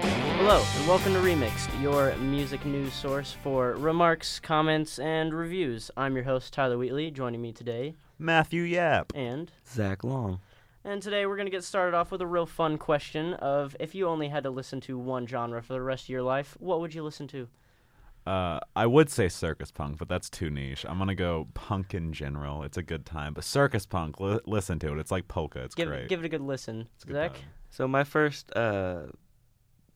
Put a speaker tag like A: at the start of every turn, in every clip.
A: Hello, and welcome to Remixed, your music news source for remarks, comments, and reviews. I'm your host, Tyler Wheatley. Joining me today,
B: Matthew Yap.
A: and
C: Zach Long.
A: and today we're going to get started off with a real fun question of if you only had to listen to one genre for the rest of your life, what would you listen to?
B: Uh, I would say circus punk, but that's too niche. I'm gonna go punk in general. It's a good time, but circus punk, li- listen to it. It's like polka. It's
A: Give
B: great.
A: give it a good listen,
B: It's a good
A: Zach.
B: time.
C: So my first, uh,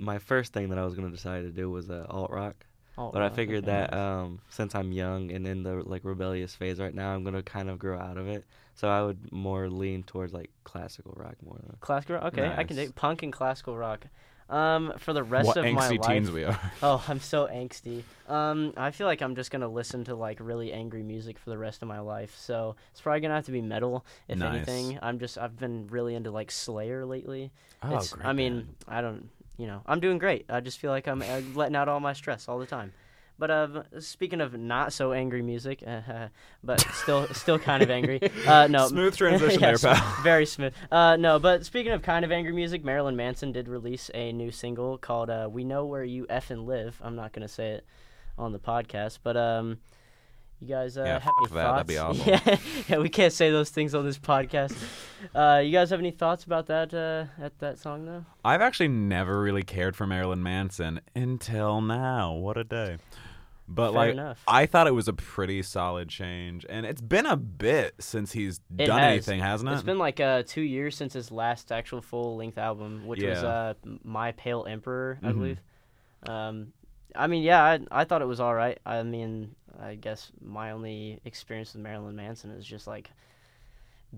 C: my first thing that I was gonna decide to do was uh, alt rock,
A: Alt
C: but I
A: rock,
C: figured
A: Oh, okay.
C: that um, since I'm young and in the like rebellious phase right now, I'm gonna kind of grow out of it. So I would more lean towards like classical rock more. Though.
A: classical rock. Okay, I can
B: Nice.
A: take punk and classical rock. Um, for the rest
B: what
A: of my
B: angsty
A: life,
B: teens we are.
A: Oh, I'm so angsty. Um, I feel like I'm just gonna listen to like really angry music for the rest of my life. So it's probably gonna have to be metal, if
B: Nice.
A: anything. I'm just I've been really into like Slayer lately.
B: Oh,
A: It's-
B: great
A: I mean,
B: band.
A: I don't, you know, I'm doing great. I just feel like I'm uh, letting out all my stress all the time. But uh, speaking of not so angry music, uh, but still still kind of angry. Uh, no,
B: Smooth transition
A: Yeah,
B: there,
A: sm-
B: pal.
A: Very smooth. Uh, no, but speaking of kind of angry music, Marilyn Manson did release a new single called uh, "We Know Where You Effin' Live." I'm not gonna say it on the podcast, but um, you guys uh,
B: Yeah,
A: have any
B: fuck that. That'd be
A: thoughts?
B: awful.
A: Yeah, yeah, we can't say those things on this podcast. Uh, you guys have any thoughts about that uh, at that song though?
B: I've actually never really cared for Marilyn Manson until now. What a day. But
A: Fair
B: like
A: enough.
B: I thought it was a pretty solid change and it's been a bit since he's
A: It
B: done
A: has.
B: anything, hasn't it?
A: It's been like uh, two years since his last actual full length album, which was
B: Yeah.
A: uh, My Pale Emperor, I believe. Um, I mean, yeah, I, I thought it was all right. I mean, I guess my only experience with Marilyn Manson is just like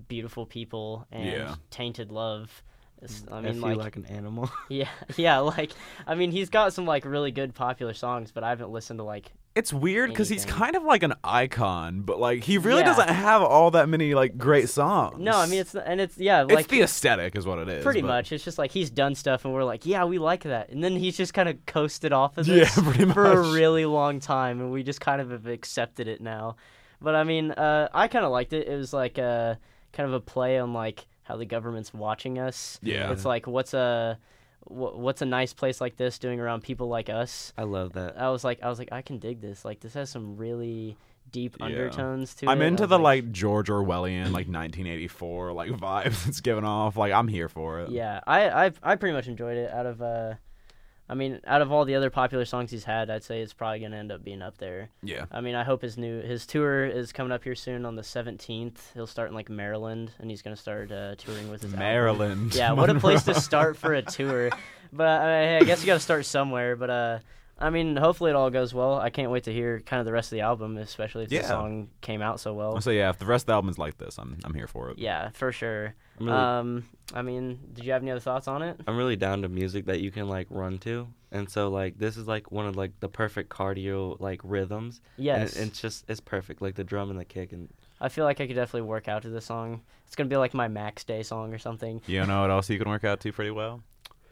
A: beautiful people and
B: Yeah.
A: tainted love. It's- I
C: If
A: mean,
C: you
A: like,
C: like, an animal.
A: yeah, yeah, like, I mean, he's got some like really good popular songs, but I haven't listened to like
B: It's weird because he's
A: anything.
B: kind of like an icon, but like he really
A: Yeah.
B: doesn't have all that many like great songs.
A: no. I mean, it's and it's yeah,
B: It's
A: like
B: the aesthetic is what it is.
A: Pretty
B: but-
A: much. It's just like he's done stuff, and we're like, yeah, we like that. And then he's just kind of coasted off of
B: Yeah,
A: this
B: pretty
A: for a
B: much.
A: really long time, and we just kind of have accepted it now. But I mean, uh, I kind of liked it. It was like a kind of a play on like how the government's watching us.
B: Yeah.
A: It's like what's a wh- what's a nice place like this doing around people like us.
C: I love that.
A: I was like, I was like, I can dig this. Like this has some really deep
B: Yeah.
A: undertones to
B: I'm
A: it. I
B: into
A: was
B: the like George Orwellian like 1984 like vibes it's giving off. Like I'm here for it.
A: Yeah, I, I I pretty much enjoyed it. Out of uh, I mean, out of all the other popular songs he's had, I'd say it's probably gonna end up being up there.
B: Yeah.
A: I mean, I hope his new his tour is coming up here soon on the seventeenth. He'll start in like Maryland, and he's gonna start uh, touring with his album.
B: Maryland.
A: Yeah, what a place to start for a tour. But uh, I, mean, I guess you gotta start somewhere. But uh, I mean, hopefully it all goes well. I can't wait to hear kind of the rest of the album, especially if
B: Yeah.
A: the song came out so well.
B: So yeah, if the rest of the album is like this, I'm I'm here for it.
A: Yeah, for sure.
C: I'm really,
A: Um, I mean, did you have any other thoughts on it?
C: I'm really down to music that you can like run to, and so like this is like one of like the perfect cardio like rhythms. and
A: Yes.
C: it- it's just it's perfect. Like the drum and the kick and
A: I feel like I could definitely work out to this song. It's gonna be like my Max Day song or something.
B: You know what else you can work out to pretty well?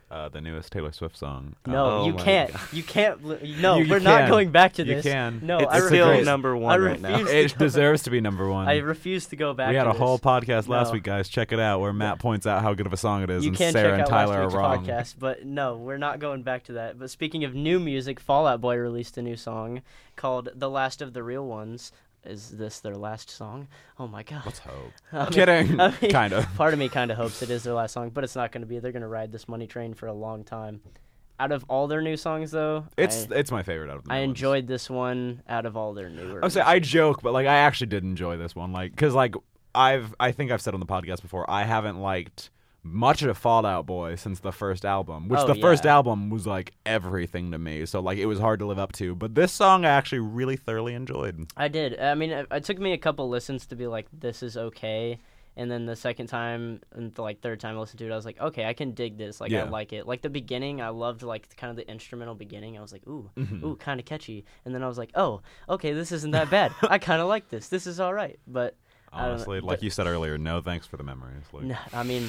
B: Uh, the newest Taylor Swift song.
A: No,
C: Oh
A: you
C: my
A: can't.
C: God.
A: You can't. li- No,
B: You- you
A: we're not
B: can.
A: going back to
B: You
A: this.
B: can.
A: No,
B: It's
A: Oh, I
B: a
C: still
B: great-
A: refuse.
C: number one right now.
A: refuse-
B: it deserves to be number one.
A: I refuse to go back.
B: we had
A: to
B: a whole
A: this.
B: podcast last
A: No.
B: week, guys. Check it out, where Matt points out how good of a song it is,
A: You
B: and
A: can
B: Sarah
A: check
B: and
A: out
B: Tyler
A: last
B: are
A: week's
B: wrong.
A: podcast, but no, we're not going back to that. But speaking of new music, Fallout Boy released a new song called "The Last of the Real Ones." Is this their last song? Oh my god!
B: Let's hope.
A: I mean-
B: Kidding,
A: I mean-
B: kind of.
A: Part of me kind of hopes it is their last song, but it's not going to be. They're going to ride this money train for a long time. Out of all their new songs, though,
B: It's
A: I,
B: it's my favorite out of the.
A: I
B: new ones.
A: enjoyed this one out of all their newer.
B: I would say I joke, but like I actually did enjoy this one, like because like I've I think I've said on the podcast before I haven't liked much of Fallout Boy since the first album, which
A: Oh,
B: the first
A: yeah.
B: album was like everything to me, so like it was hard to live up to. But this song I actually really thoroughly enjoyed.
A: I did. I mean, it, it took me a couple listens to be like, this is okay. And then the second time and the, like third time I listened to it, I was like, okay, I can dig this. Like
B: Yeah.
A: I like it. Like the beginning, I loved like kind of the instrumental beginning. I was like, ooh,
B: Mm-hmm.
A: ooh, kind of catchy. And then I was like, oh, okay, this isn't that bad. I kind of like this. This is all right. But I don't know.
B: Honestly, like you said earlier, no thanks for the memories. Like,
A: N- I mean,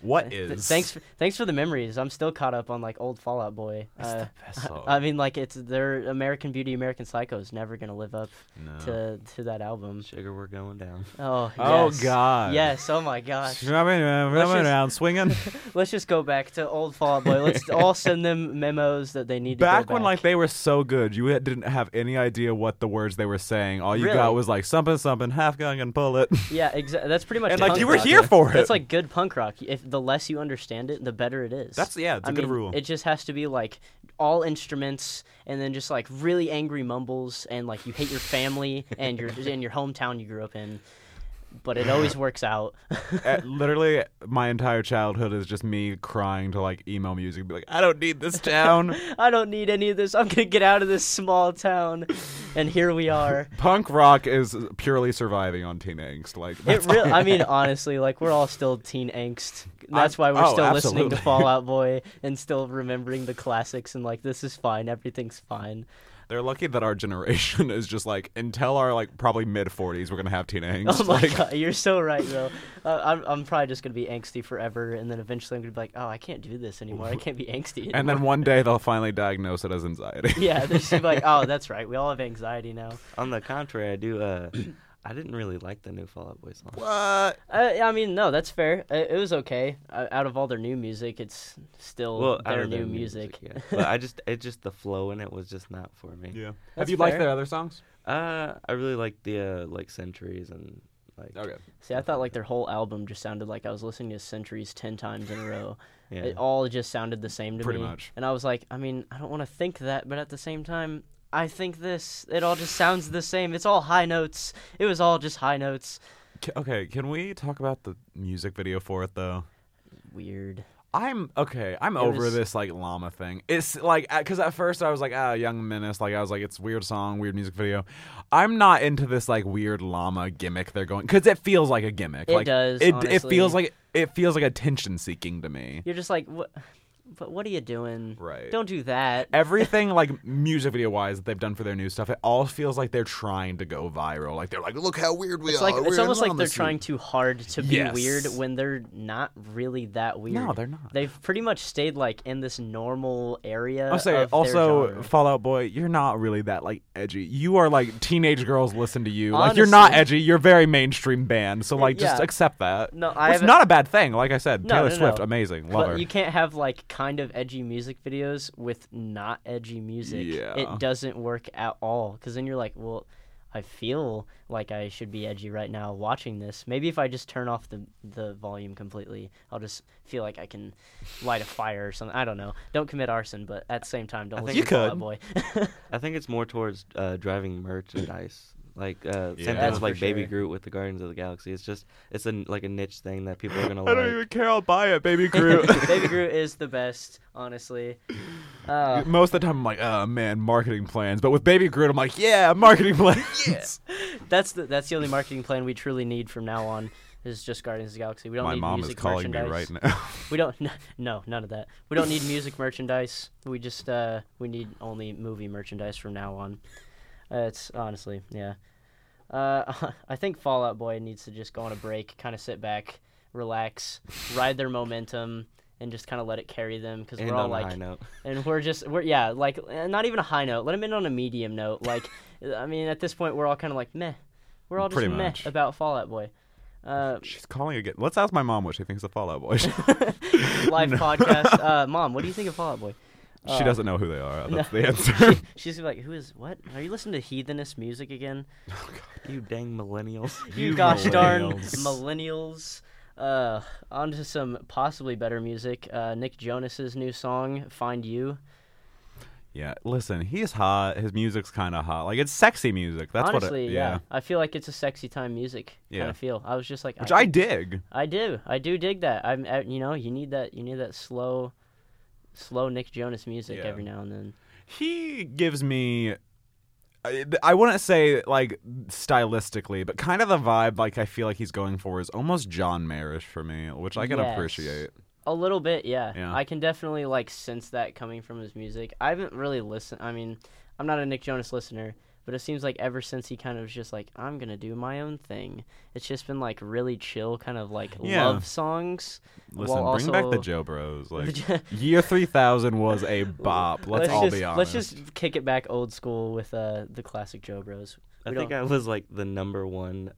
B: What
A: Th-
B: is?
A: Thanks, for, thanks for the memories. I'm still caught up on like old Fallout Boy.
B: It's
A: Uh,
B: the oh. best song.
A: I mean, like it's their American Beauty, American Psycho is never gonna live up
B: No.
A: to to that album.
C: Sugar, we're going down.
A: Oh,
B: Oh
A: yes.
B: God.
A: Yes. Oh my gosh.
B: Coming around,
A: Let's
B: coming
A: just-
B: around, swinging.
A: Let's just go back to old Fallout Boy. Let's all send them memos that they need to go
B: back when like
A: back.
B: they were so good, you had- didn't have any idea what the words they were saying. All you got
A: Really?
B: was like something, something, half gun and pull it,
A: yeah, exactly. That's pretty much.
B: and like
A: punk
B: you were
A: rock.
B: here for it.
A: That's like good punk rock. If the less you understand it, the better it is.
B: That's- yeah, it's
A: a
B: a good rule.
A: It just has to be like all instruments, and then just like really angry mumbles, and like you hate your family and your and your hometown you grew up in. But it always works out.
B: Uh, literally my entire childhood is just me crying to like emo music, be like, I don't need this town.
A: I don't need any of this. I'm gonna get out of this small town, and here we are.
B: Punk rock is purely surviving on teen angst. Like
A: It
B: that's
A: real. I mean, honestly, like we're all still teen angst. That's
B: I'm-
A: why we're
B: oh,
A: still listening
B: absolutely.
A: to Fallout Boy and still remembering the classics and like this is fine, everything's fine.
B: They're lucky that our generation is just like until our like probably mid forties, we're gonna have teen angst.
A: Oh my
B: like,
A: god, you're so right though. Uh, I'm I'm probably just gonna be angsty forever, and then eventually I'm gonna be like, oh, I can't do this anymore. I can't be angsty.
B: And then
A: anymore."
B: one day they'll finally diagnose it as anxiety.
A: yeah, they're just gonna be like, oh, that's right. We all have anxiety now.
C: On the contrary, I do. Uh, I didn't really like the new Fall Out Boy song.
B: What?
A: Uh, I mean, no, that's fair. Uh, it was okay. Uh, out of all their new music, it's still
C: Well, out
A: their
C: of
A: new
C: their
A: music.
C: yeah. but I just, it just the flow in it was just not for me.
B: Yeah.
A: That's
B: have you liked
A: fair.
B: their other songs?
C: Uh, I really like the uh, like centuries and like
B: Okay.
A: See, I thought like their whole album just sounded like I was listening to Centuries ten times in a row.
C: yeah.
A: It all just sounded the same to
B: Pretty
A: me.
B: much.
A: And I was like, I mean, I don't want to think that, but at the same time, I think this. It all just sounds the same. It's all high notes. It was all just high notes.
B: C- okay. Can we talk about the music video for it though?
A: Weird.
B: I'm okay. I'm
A: It
B: over
A: was-
B: this like llama thing. It's like because at first I was like, ah, Young Menace. Like I was like, it's weird song, weird music video. I'm not into this like weird llama gimmick they're going because it feels like a gimmick.
A: It
B: like,
A: does,
B: It it
A: honestly.
B: feels like it feels like attention seeking to me.
A: You're just like, what? But what are you doing?
B: Right.
A: Don't do that.
B: Everything like music video wise that they've done for their new stuff, it all feels like they're trying to go viral. Like they're like, look how weird we
A: It's
B: are.
A: like it's
B: we're in
A: almost like
B: llama
A: they're
B: suit."
A: trying too hard to be
B: Yes.
A: weird when they're not really that weird.
B: No, they're not.
A: They've pretty much stayed like in this normal area.
B: I'll say
A: of their
B: also
A: genre.
B: Fallout Boy, you're not really that like edgy. You are like teenage girls listen to you. Like you're not
A: Honestly.
B: edgy. You're a very mainstream band. So like just
A: Yeah.
B: accept that.
A: No, I
B: It's
A: haven't-
B: not a bad thing. Like I said,
A: No,
B: Taylor
A: no,
B: Swift,
A: no.
B: amazing, love her.
A: But you can't have like kind of edgy music videos with not edgy music.
B: Yeah.
A: It doesn't work at all because then you're like, well, I feel like I should be edgy right now watching this. Maybe if I just turn off the the volume completely, I'll just feel like I can light a fire or something. I don't know. Don't commit arson, but at the same time, don't
C: think
A: listen
B: you
A: to Fall Out
B: could.
A: Boy.
C: I think it's more towards uh, driving merchandise. Like uh,
B: Yeah.
C: same thing
B: That's
C: with like
A: for
C: Baby
A: sure.
C: Groot with the Guardians of the Galaxy. It's just it's a n- like a niche thing that people are gonna
B: I don't
C: like.
B: even care. I'll buy it, baby Groot.
A: Baby Groot is the best, honestly. Uh,
B: Most of the time, I'm like, oh man, marketing plans. But with Baby Groot, I'm like, yeah, marketing plans.
A: That's the that's the only marketing plan we truly need from now on. Is just Guardians of the Galaxy. We don't
B: My
A: need
B: mom is
A: music
B: calling me
A: merchandise.
B: right now.
A: We don't n- no none of that. We don't need music merchandise. We just uh we need only movie merchandise from now on. Uh, it's honestly yeah. Uh, I think Fallout Boy needs to just go on a break, kind of sit back, relax, ride their momentum, and just kind of let it carry them because
C: And
A: we're all
C: on a
A: like
C: high note,
A: and we're just we're yeah like eh, not even a high note let him in on a medium note like i mean at this point we're all kind of like meh we're all just
B: Pretty
A: meh
B: much.
A: about fallout boy uh,
B: She's calling again. Let's ask my mom what she thinks of Fallout Boy. She,
A: live podcast uh, mom what do you think of fallout boy
B: she doesn't know who they are. That's
A: Uh, no.
B: the answer.
A: she's gonna be like who is what are you listening to heathenist music again
C: you dang millennials.
A: you,
B: You
A: gosh darn
B: millennials.
A: millennials uh on to some possibly better music uh nick jonas's new song find you
B: Yeah, listen, he's hot. His music's kind of hot. Like it's sexy music. That's
A: honestly
B: what. It,
A: yeah. i feel like it's a sexy time music kind
B: Yeah.
A: of feel i was just like
B: which
A: I
B: I dig.
A: I do. I do dig that. I'm. I, you know, you need that. You need that slow, slow Nick Jonas music
B: Yeah.
A: every now and then.
B: He gives me. I I wouldn't say like stylistically, but kind of the vibe like I feel like he's going for is almost John Marish for me, which I can
A: Yes.
B: appreciate.
A: A little bit, yeah.
B: Yeah.
A: I can definitely like sense that coming from his music. I haven't really listened. I mean, I'm not a Nick Jonas listener, But it seems like ever since he kind of was just like, I'm gonna do my own thing. It's just been like really chill, kind of like
B: Yeah.
A: love songs.
B: Listen,
A: while
B: bring back the
A: also-
B: Joe Bros. Like year three thousand was a bop. Let's, all
A: just,
B: be honest.
A: Let's just kick it back old school with uh, the classic Joe Bros.
C: I
A: We
C: think
A: don't-
C: I was like the number one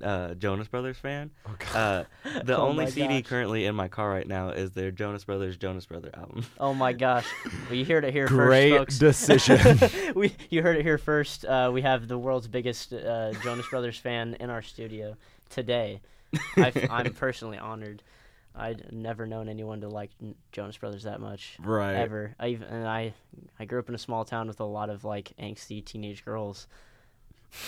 C: uh, Jonas Brothers fan.
B: Oh, God.
C: Uh, the
A: Oh
C: only
A: my
C: CD
A: gosh.
C: currently in my car right now is their Jonas Brothers Jonas Brother album.
A: Oh my gosh, well, you heard it here
B: Great
A: first, folks.
B: decision.
A: we you heard it here first. Uh, we have the world's biggest uh, Jonas Brothers fan in our studio today. I f- I'm personally honored. I'd never known anyone to like n- Jonas Brothers that much
B: right.
A: ever. I even and I I grew up in a small town with a lot of like angsty teenage girls,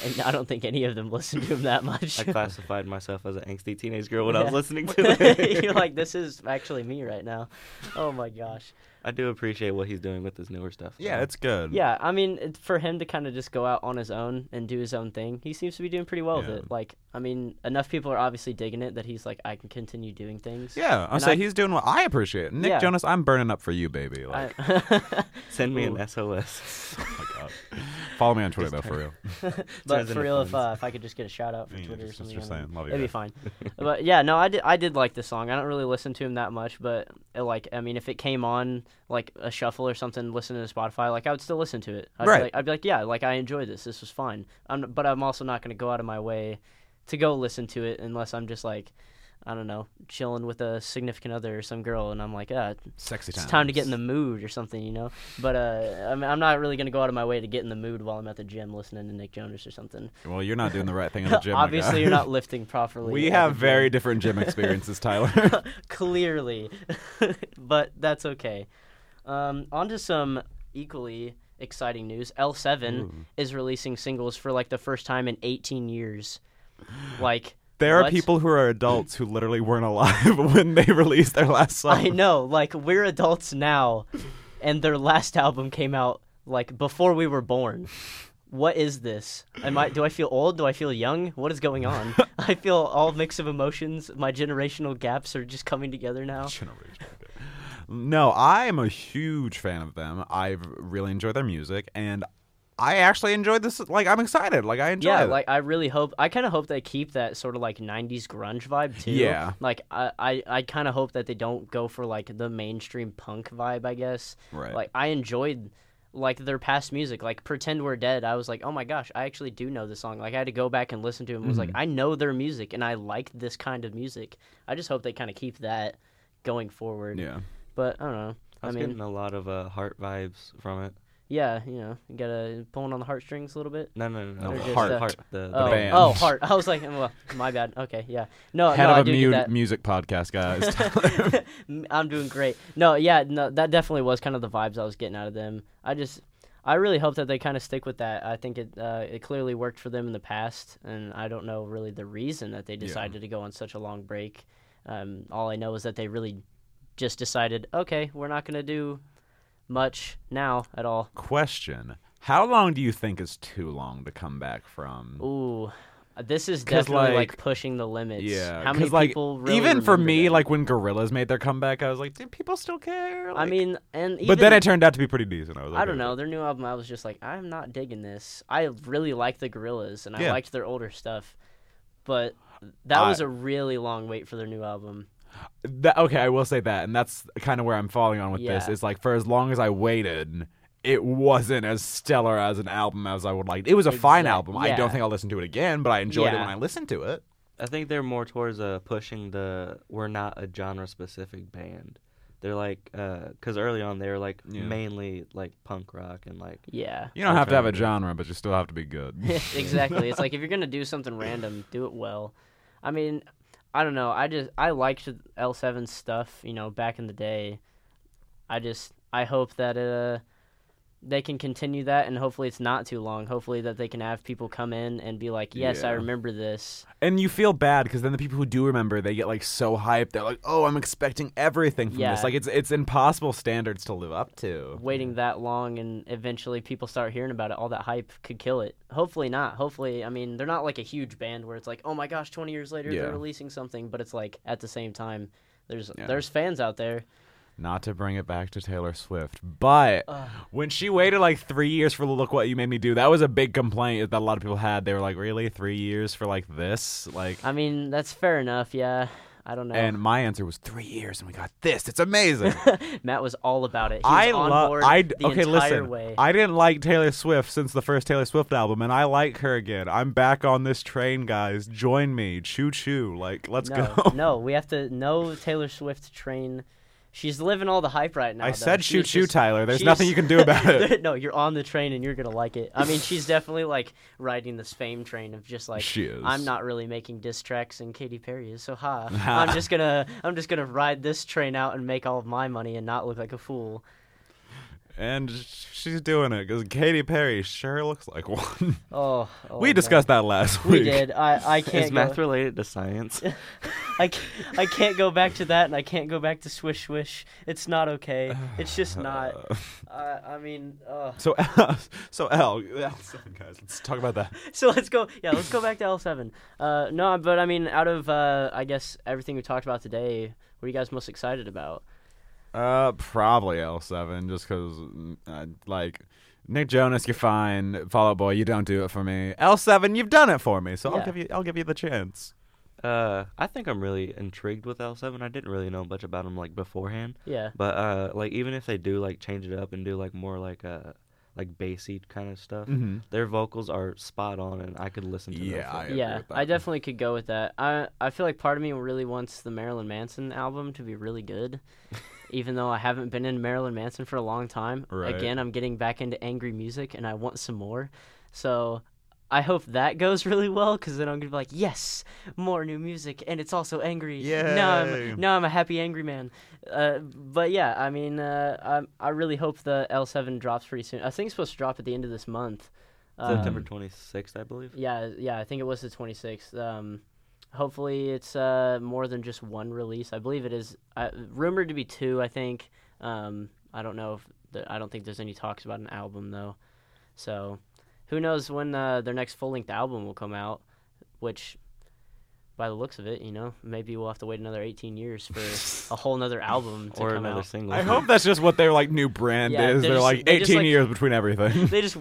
A: and I don't think any of them listened to him that much.
C: I classified myself as an angsty teenage girl when I
A: Yeah.
C: was listening to it.
A: You're like, this is actually me right now. Oh my gosh.
C: I do appreciate what he's doing with his newer stuff.
B: Yeah,
C: though.
B: it's good.
A: Yeah, I mean, it- for him to kind of just go out on his own and do his own thing, he seems to be doing pretty well
B: Yeah.
A: with it. Like, I mean, enough people are obviously digging it that he's like, I can continue doing things.
B: Yeah, I
A: And
B: say
A: I-
B: he's doing what I appreciate. Nick
A: Yeah.
B: Jonas, I'm burning up for you, baby. Like,
A: I-
C: send me
A: Ooh.
C: an SOS.
B: oh my God. Follow me on Twitter though, for real.
A: but
C: into
A: for real, if,
C: friends.
A: uh, if I could just get a shout out for
B: Yeah,
A: Twitter
B: just-
A: or
B: just
A: something,
B: just
A: I don't
B: saying. Love you,
A: know. it'd be
B: guys.
A: fine. but yeah, no, I did, I did like this song. I don't really listen to him that much, but uh, like, I mean, if it came on like a shuffle or something, listening to Spotify, like I would still listen to it. I'd
B: Right.
A: Be like, I'd be like, yeah, like I enjoyed this. This was fine. I'm, but I'm also not gonna go out of my way to go listen to it unless I'm just like. I don't know, chilling with a significant other or some girl, and I'm like, ah,
B: Sexy
A: it's time to get in the mood or something, you know. But uh, I mean, I'm not really gonna go out of my way to get in the mood while I'm at the gym listening to Nick Jonas or something.
B: Well, you're not doing the right thing in the gym. my guy.
A: Obviously, you're not lifting properly.
B: We
A: at
B: have
A: the
B: very
A: gym.
B: different gym experiences, Tyler.
A: clearly, but that's okay. Um, on to some equally exciting news. L7 is releasing singles for like the first time in 18 years. Like
B: there are
A: what?
B: people who are adults who literally weren't alive when they released their last song.
A: I know, like we're adults now, and their last album came out like before we were born. What is this? Am I do I feel old? Do I feel young? What is going on? I feel all mix of emotions. My generational gaps are just coming together now.
B: Generation. No, I am a huge fan of them. I really enjoy their music, and I actually enjoyed this. Like, I'm excited. Like, I enjoy
A: Yeah,
B: it.
A: like I really hope. I kind of hope they keep that sort of like '90s grunge vibe too.
B: Yeah.
A: Like I, I, I kind of hope that they don't go for like the mainstream punk vibe. I guess.
B: Right.
A: Like I enjoyed like their past music. Like "Pretend We're Dead." I was like, oh my gosh, I actually do know this song. Like I had to go back and listen to it. and Was like,
B: Mm.
A: I know their music and I like this kind of music. I just hope they kind of keep that going forward.
B: yeah.
A: But I don't know. I
C: I was
A: mean,
C: getting a lot of uh, heart vibes from it.
A: yeah, you know, you gotta pulling on the heartstrings a little bit.
C: No, no, no,
B: No,
C: no.
A: They're just,
C: heart,
A: uh,
C: heart. The, the
A: oh,
B: band.
A: oh, heart. I was like, well, my bad. Okay, yeah. No,
B: Head
A: no, I
B: of a
A: do get
B: mu-
A: that.
B: music podcast, guys.
A: M- I'm doing great. No, yeah, no, that definitely was kind of the vibes I was getting out of them. I just, I really hope that they kind of stick with that. I think it, uh, it clearly worked for them in the past, and I don't know really the reason that they decided to go on such a long break. Um, all I know is that they really just decided, okay, we're not gonna do much now at all.
B: Question: How long do you think is too long to come back from?
A: Ooh. uh, This is
B: 'Cause,
A: definitely like,
B: like-
A: pushing the limits.
B: Yeah,
A: how many
B: 'cause, like,
A: people really
B: even for
A: remember
B: me,
A: them?
B: like when Gorillas made their comeback, I was like, "Do people still care?"
A: I
B: Like-
A: mean, and even,
B: but then it turned out to be pretty decent. I was
A: I
B: okay
A: don't
B: with
A: know.
B: it.
A: Their new album, I was just like, I'm not digging this. I really like the Gorillas, and
B: Yeah.
A: I liked their older stuff, but that
B: I-
A: was a really long wait for their new album.
B: That, okay, I will say that, and that's kind of where I'm falling on with this.
A: Yeah.
B: Is like for as long as I waited, it wasn't as stellar as an album as I would like. It was a fine
A: Exact-
B: album. I don't
A: yeah.
B: think I'll listen to it again, but I enjoyed it
A: Yeah.
B: when I listened to it.
C: I think they're more towards uh, pushing the we're not a genre specific band. They're like, because early on they were like
B: Yeah.
C: mainly like punk rock and like
A: Yeah,
B: You don't have to have a
C: Alternative.
B: genre, but you still have to be good.
A: exactly. it's like if you're gonna do something random, do it well. I mean, I don't know. I just I liked L 7s stuff, you know, back in the day. I just I hope that uh they can continue that, and hopefully it's not too long. Hopefully that they can have people come in and be like, yes, I
B: Yeah.
A: remember this.
B: And you feel bad because then the people who do remember, they get like so hyped. They're like, "Oh, I'm expecting everything from
A: Yeah.
B: this." Like it's it's impossible standards to live up to.
A: waiting that long and eventually people start hearing about it all that hype could kill it hopefully not hopefully i mean they're not like a huge band where it's like oh my gosh 20 years later
B: Yeah.
A: they're releasing something but it's like at the same time there's
B: Yeah.
A: there's fans out there
B: Not to bring it back to Taylor Swift, but
A: Ugh.
B: when she waited like three years for "Look What You Made Me Do," that was a big complaint that a lot of people had. They were like, "Really, three years for like this?" Like,
A: I mean, that's fair enough. Yeah, I don't know.
B: and my answer was three years, and we got this. It's amazing.
A: Matt was all about it. He was
B: I
A: on
B: love.
A: board
B: I
A: the
B: okay.
A: entire
B: Listen,
A: way.
B: I didn't like Taylor Swift since the first Taylor Swift album, and I like her again. I'm back on this train, guys. Join me, choo choo. Like, let's
A: no,
B: go.
A: no, we have to no Taylor Swift train. She's living all the hype right now.
B: I
A: though.
B: said
A: She's
B: choo choo,
A: just-
B: Tyler. There's
A: she's-
B: nothing you can do about it.
A: no, you're on the train and you're gonna like it. I mean, she's definitely like riding this fame train of just like
B: She is.
A: I'm not really making diss tracks and Katy Perry is so high. I'm just gonna I'm just gonna ride this train out and make all of my money and not look like a fool.
B: And she's doing it because Katy Perry sure looks like one.
A: Oh, oh,
B: we
A: man.
B: discussed that last
A: We
B: week.
A: did. I I can't.
C: Is math
A: go,
C: related to science?
A: I, ca- I can't go back to that, and I can't go back to swish swish. It's not okay. It's just not.
B: Uh,
A: I I mean, uh.
B: so, so L, L seven, guys. Let's talk about that.
A: so let's go. Yeah, let's go back to L seven. Uh, no, but I mean, out of uh, I guess everything we talked about today, what are you guys most excited about?
B: Uh, probably L seven, just because uh, like Nick Jonas, you're fine. Fall Out Boy, you don't do it for me. L seven, you've done it for me, so I'll
A: Yeah.
B: give you, I'll give you the chance.
C: Uh, I think I'm really intrigued with L7. I didn't really know much about them like beforehand,
A: Yeah,
C: but uh, like even if they do like change it up and do like more like uh like bassy kind of stuff,
B: Mhm.
C: their vocals are spot on, and I could listen to. them
B: Yeah,
C: for-
B: I- agree
A: yeah,
B: with that.
A: I definitely could go with that. I I feel like part of me really wants the Marilyn Manson album to be really good, even though I haven't been in Marilyn Manson for a long time.
B: Right.
A: Again, I'm getting back into angry music, and I want some more. So. I hope that goes really well because then I'm gonna be like, yes, more new music, and it's also angry. Now
B: Yay.
A: I'm now I'm a happy angry man. Uh, but yeah, I mean, uh, I I really hope the L7 drops pretty soon. I think it's supposed to drop at the end of this month.
C: September
A: Um,
C: 26th, I believe.
A: yeah, yeah, I think it was the 26th. Um, hopefully, it's uh, more than just one release. I believe it is uh, rumored to be two. I think. Um, I don't know if the, I don't think there's any talks about an album though. So, who knows when uh, their next full length album will come out? Which, by the looks of it, you know, maybe we'll have to wait another 18 years for a whole nother album to
C: Or
A: come
C: another
A: out.
C: single.
B: I hope that's just what their like new brand
A: Yeah,
B: is.
A: they're
B: They're
A: just-
B: like
A: they just,
B: 18
A: like-
B: years between everything.
A: They just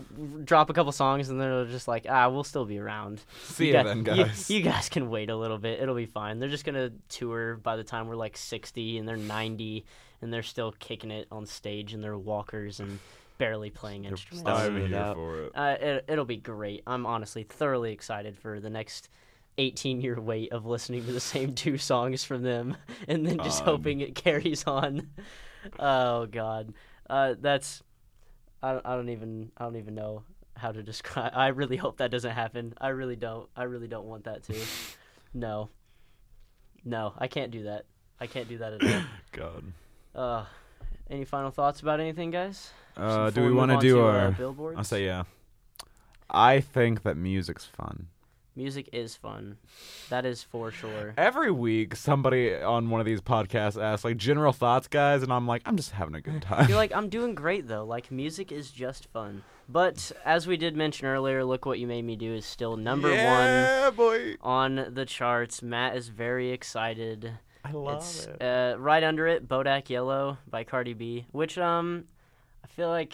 A: drop a couple songs and they're just like, ah, we'll still be around.
B: See
A: guy-
B: ya then, guys.
A: You, guys can wait a little bit. It'll be fine. They're just gonna tour by the time we're like sixty and they're ninety and they're still kicking it on stage and they're walkers and barely playing instruments.
C: stuff.
A: Uh,
B: I'm
C: it
B: here
C: out.
B: for it.
A: it, it'll be great. I'm honestly thoroughly excited for the next. 18 year wait of listening to the same two songs from them and then just
B: Um.
A: hoping it carries on. Oh god. Uh that's I don't, I don't even I don't even know how to describe. I really hope that doesn't happen. I really don't. I really don't want that to. no. No, I can't do that. I can't do that at
B: God.
A: all. Uh, any final thoughts about anything, guys?
B: Uh,
A: Just
B: do
A: before
B: we
A: move
B: want to
A: on
B: do
A: uh,
B: our?
A: billboards?
B: I'll say yeah. I think that music's fun.
A: music is fun. That is for sure.
B: Every week, somebody on one of these podcasts asks like general thoughts, guys, and I'm like, I'm just having a good time.
A: You're like, I'm doing great though. Like, music is just fun. But as we did mention earlier, look what you made me do is still number one
B: yeah, boy.
A: on the charts. Matt is very excited.
B: I love
A: it's
B: it.
A: Uh, right under it, Bodak Yellow by Cardi B, which um, I feel like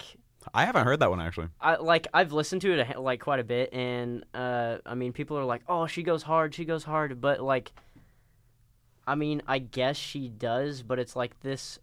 B: I haven't heard that one actually.
A: I like I've listened to it a- like quite a bit, and uh, I mean people are like, oh, she goes hard, she goes hard, but like, I mean, I guess she does, but it's like this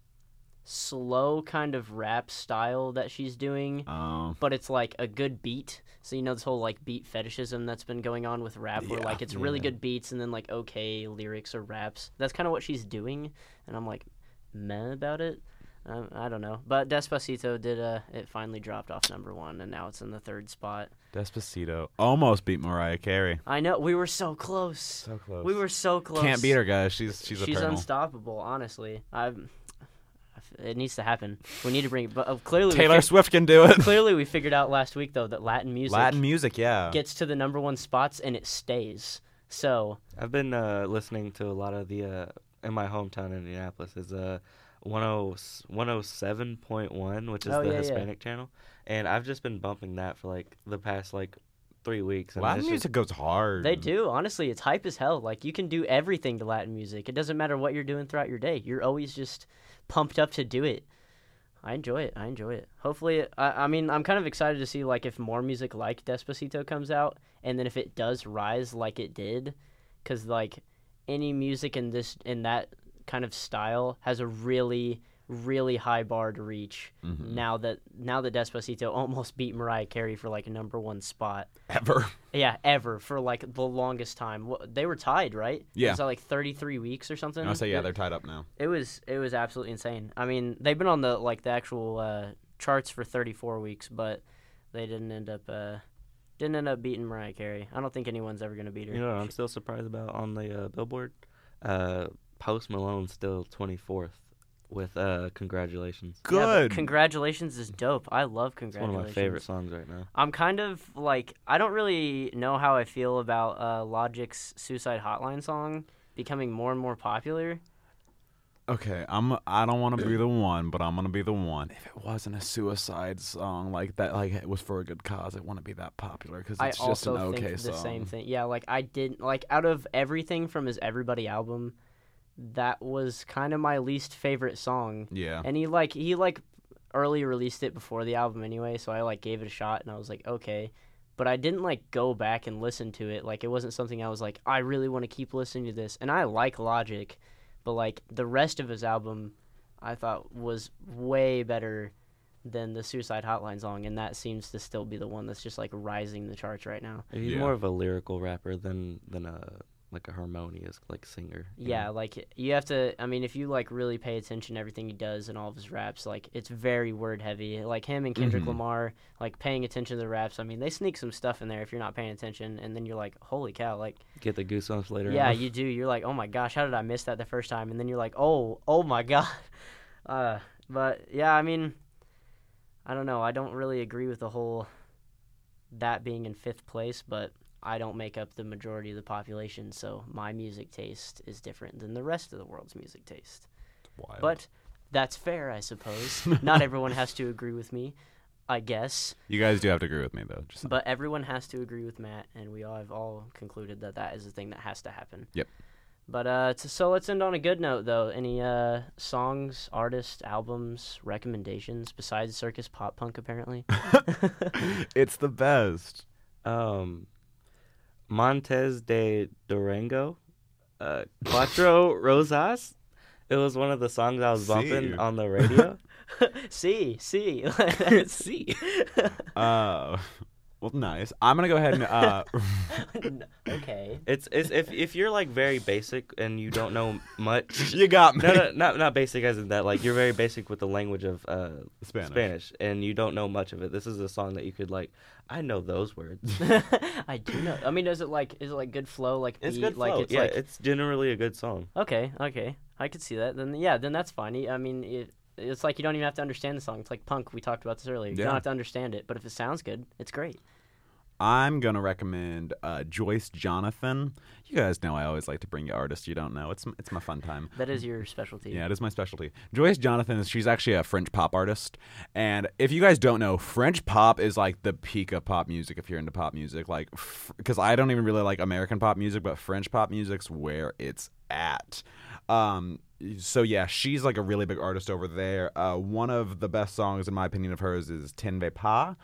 A: slow kind of rap style that she's doing.
B: Um,
A: But it's like a good beat. So you know this whole like beat fetishism that's been going on with rap where
B: Yeah.
A: like it's really
C: Yeah.
A: good beats and then like okay lyrics or raps. That's kind of what she's doing and I'm like meh about it. Um, I don't know. But Despacito did uh it finally dropped off number 1 and now it's in the third spot.
B: Despacito almost beat Mariah Carey.
A: I know we were so close.
B: close.
A: We were so close.
B: Can't beat her, guys. She's she's,
A: She's
B: eternal.
A: unstoppable, honestly. I it needs to happen. We need to bring it but uh, clearly we
B: Taylor
A: fig-
B: Swift can do it.
A: clearly we figured out last week though that Latin music
B: Latin music, yeah.
A: gets to the number one spots and it stays. So
C: I've been uh, listening to a lot of the uh, in my hometown Indianapolis is uh 10 107.1 which is
A: Oh,
C: the
A: yeah, yeah.
C: Hispanic channel and I've just been bumping that for like the past like 3 weeks and
B: Latin
C: it's just-
B: music goes hard.
A: they do. Honestly, it's hype as hell. Like you can do everything to Latin music. It doesn't matter what you're doing throughout your day. You're always just pumped up to do it. I enjoy it. I enjoy it. Hopefully, I, I mean, I'm kind of excited to see like if more music like Despacito comes out, and then if it does rise like it did, because like any music in this in that kind of style has a really really high bar to reach.
B: Mhm.
A: Now that now that Despacito almost beat Mariah Carey for like a number one spot.
B: ever.
A: Yeah, ever for like the longest time. Wha- They were tied, right?
B: Yeah.
A: was that like 33 weeks or something?
B: I say yeah, they're tied up now.
A: It was it was absolutely insane. I mean, they've been on the like the actual uh, charts for 34 weeks, but they didn't end up uh, didn't end up beating Mariah Carey. I don't think anyone's ever gonna beat her.
C: You know what I'm still surprised about on the uh, Billboard? Uh, Post Malone's still 24th with uh, Congratulations.
A: Yeah, but
B: Good.
A: congratulations is dope. I love
C: It's one
A: congratulations.
C: of my favorite songs right now.
A: I'm kind of like I don't really know how I feel about uh, Logic's Suicide Hotline song becoming more and more popular.
B: Okay, I'm. I don't want to be the one, but I'm gonna be the one. If it wasn't a suicide song like that, like it was for a good cause, it wouldn't be that popular because
A: I
B: it's just
A: also
B: an okay
A: think the
B: song.
A: same thing. Yeah, like I didn't like out of everything from his Everybody album, that was kind of my least favorite song.
B: Yeah,
A: And he like he like early released it before the album anyway, so I like gave it a shot and I was like, okay. But I didn't like go back and listen to it. Like it wasn't something I was like, I really want to keep listening to this. And I like Logic, but like the rest of his album I thought was way better than the Suicide Hotline song and that seems to still be the one that's just like rising the charts right now.
C: He's
B: Yeah.
C: more of a lyrical rapper than than a like a harmonious like singer. you know?
A: Yeah, like you have to. I mean, if you like really pay attention to everything he does and all of his raps, like it's very word heavy. Like him and Kendrick
B: Mhm.
A: Lamar, like paying attention to the raps. I mean, they sneak some stuff in there if you're not paying attention, and then you're like, holy cow! Like,
C: Get the goosebumps later.
A: yeah,
C: on.
A: you do. You're like, oh my gosh, how did I miss that the first time? And then you're like, oh, oh my god. Uh, but yeah, I mean, I don't know. I don't really agree with the whole that being in fifth place, but I don't make up the majority of the population, so my music taste is different than the rest of the world's music taste.
B: Wild.
A: But that's fair, I suppose. Not everyone has to agree with me, I guess,
B: you guys do have to agree with me though. Just
A: but everyone has to agree with Matt, and we all have all concluded that that is the thing that has to happen.
B: Yep.
A: But uh, t- so let's end on a good note, though. Any uh, songs, artists, albums, recommendations besides Circus Pop Punk, apparently?
B: it's the best.
C: Um, Montez de Durango, uh, Quattro Rosas. It was one of the songs I was bumping
B: See.
C: on the radio.
A: see, see.
C: See.
B: Uh, well, nice. I'm gonna go ahead and uh,
A: okay.
C: It's it's if if you're like very basic and you don't know much.
B: you got me.
C: No, no, not not basic as in that. Like you're very basic with the language of uh,
B: Spanish.
C: Spanish, and you don't know much of it. This is a song that you could like. I know those words.
A: I do know. I mean, is it like is it like good flow? Like
C: It's
A: beat?
C: good
A: Like
C: flow.
A: it's
C: yeah,
A: like
C: it's generally a good song.
A: Okay, okay. I could see that. Then yeah, then that's fine. I mean, it, it's like you don't even have to understand the song. It's like punk. We talked about this earlier. You
B: Yeah.
A: don't have to understand it, but if it sounds good, it's great.
B: I'm gonna recommend uh, Joyce Jonathan. You guys know I always like to bring you artists you don't know. It's it's my fun time.
A: That is your specialty.
B: Yeah, it is my specialty. Joyce Jonathan is she's actually a French pop artist, and if you guys don't know, French pop is like the peak of pop music. If you're into pop music, like because I don't even really like American pop music, but French pop music's where it's at. Um, so yeah, she's like a really big artist over there. Uh, one of the best songs, in my opinion, of hers is Tenve Pas.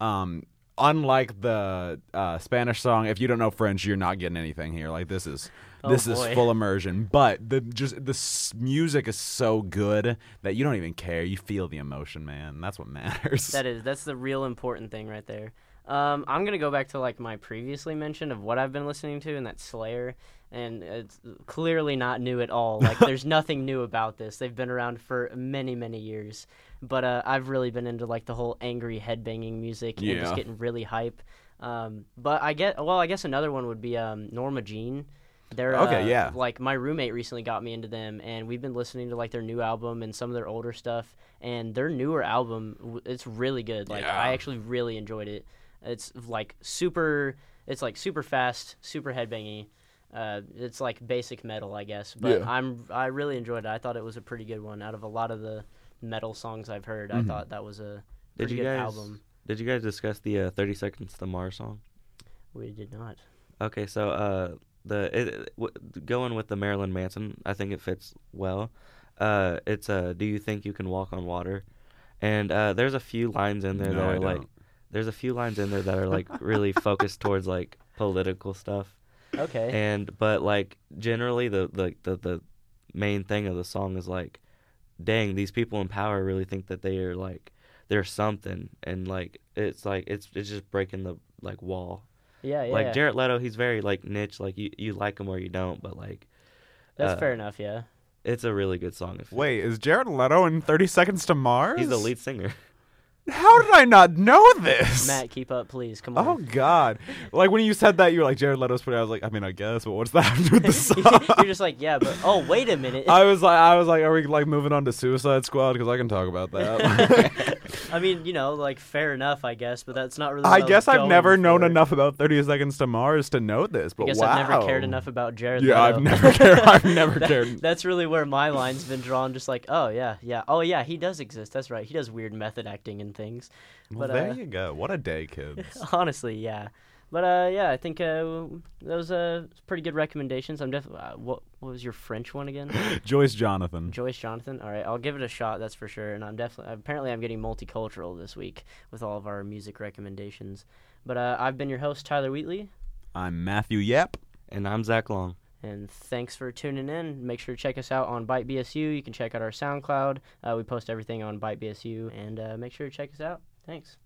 B: Um, unlike the uh, Spanish song, if you don't know French, you're not getting anything here. Like this is
A: Oh,
B: this is
A: boy.
B: full immersion. But the just the s- music is so good that you don't even care. You feel the emotion, man. That's what matters.
A: That is that's the real important thing right there. Um, I'm gonna go back to like my previously mention of what I've been listening to, and that's Slayer, and it's clearly not new at all. Like there's nothing new about this. They've been around for many many years, but uh, I've really been into like the whole angry headbanging music and
B: Yeah.
A: just getting really hype. Um, but I get well, I guess another one would be um, Norma Jean. They're
B: Okay,
A: uh,
B: yeah.
A: Like my roommate recently got me into them, and we've been listening to like their new album and some of their older stuff. And their newer album, w- it's really good. Like
B: Yeah.
A: I actually really enjoyed it. It's like super. It's like super fast, super headbangy. Uh, it's like basic metal, I guess. But
B: Yeah.
A: I'm I really enjoyed it. I thought it was a pretty good one. Out of a lot of the metal songs I've heard, I thought that was a
C: Mm-hmm. Did
A: pretty
C: you
A: good
C: guys
A: album.
C: Did you guys discuss the uh, Thirty Seconds to Mars song?
A: We did not.
C: Okay, so uh, the it, it, w- going with the Marilyn Manson, I think it fits well. Uh, it's uh, "Do you think you can walk on water?" And uh, there's a few lines in there
B: No,
C: that
B: I
C: are like,
B: don't.
C: there's a few lines in there that are like really focused towards like political stuff.
A: Okay.
C: And but like generally the the the, the main thing of the song is like, dang, these people in power really think that they are like they're something, and like it's like it's it's just breaking the like wall
A: yeah, yeah.
C: like Jared Leto, he's very like niche. Like you, you like him or you don't, but like
A: That's
C: uh,
A: fair enough. Yeah.
C: it's a really good song. If you-
B: Wait, is Jared Leto in Thirty Seconds to Mars?
C: he's the lead singer.
B: How did I not know this?
A: Matt, keep up, please. Come on.
B: Oh God! Like when you said that, you were like Jared Leto's pretty. I was like, I mean, I guess, but what's that have to do with the
A: You're
B: song?
A: just like, yeah, but oh, wait a minute.
B: I was like, I was like, are we like moving on to Suicide Squad? Because I can talk about that.
A: I mean, you know, like fair enough, I guess, but that's not really.
B: I
A: what was
B: guess I've
A: going
B: never known
A: for.
B: enough about Thirty Seconds to Mars to know this. But
A: I guess
B: wow,
A: I've never cared enough about Jared.
B: Yeah,
A: Leto.
B: I've never cared. I've never
A: That-
B: cared.
A: That's really where my line's been drawn. Just like, oh yeah, yeah, oh yeah, he does exist. That's right. He does weird method acting and things.
B: Well,
A: But
B: there
A: uh,
B: you go. What a day, kids.
A: honestly, yeah. But uh, yeah, I think uh, those uh, pretty good recommendations. I'm definitely. Uh, what, what was your French one again?
B: Joyce Jonathan.
A: Joyce Jonathan. All right, I'll give it a shot. That's for sure. And I'm definitely apparently I'm getting multicultural this week with all of our music recommendations. But uh, I've been your host Tyler Wheatley,
B: I'm Matthew Yep.
C: And I'm Zach Long.
A: and thanks for tuning in. Make sure to check us out on Byte BSU. You can check out our SoundCloud. Uh, we post everything on Byte BSU, and uh, make sure to check us out. Thanks.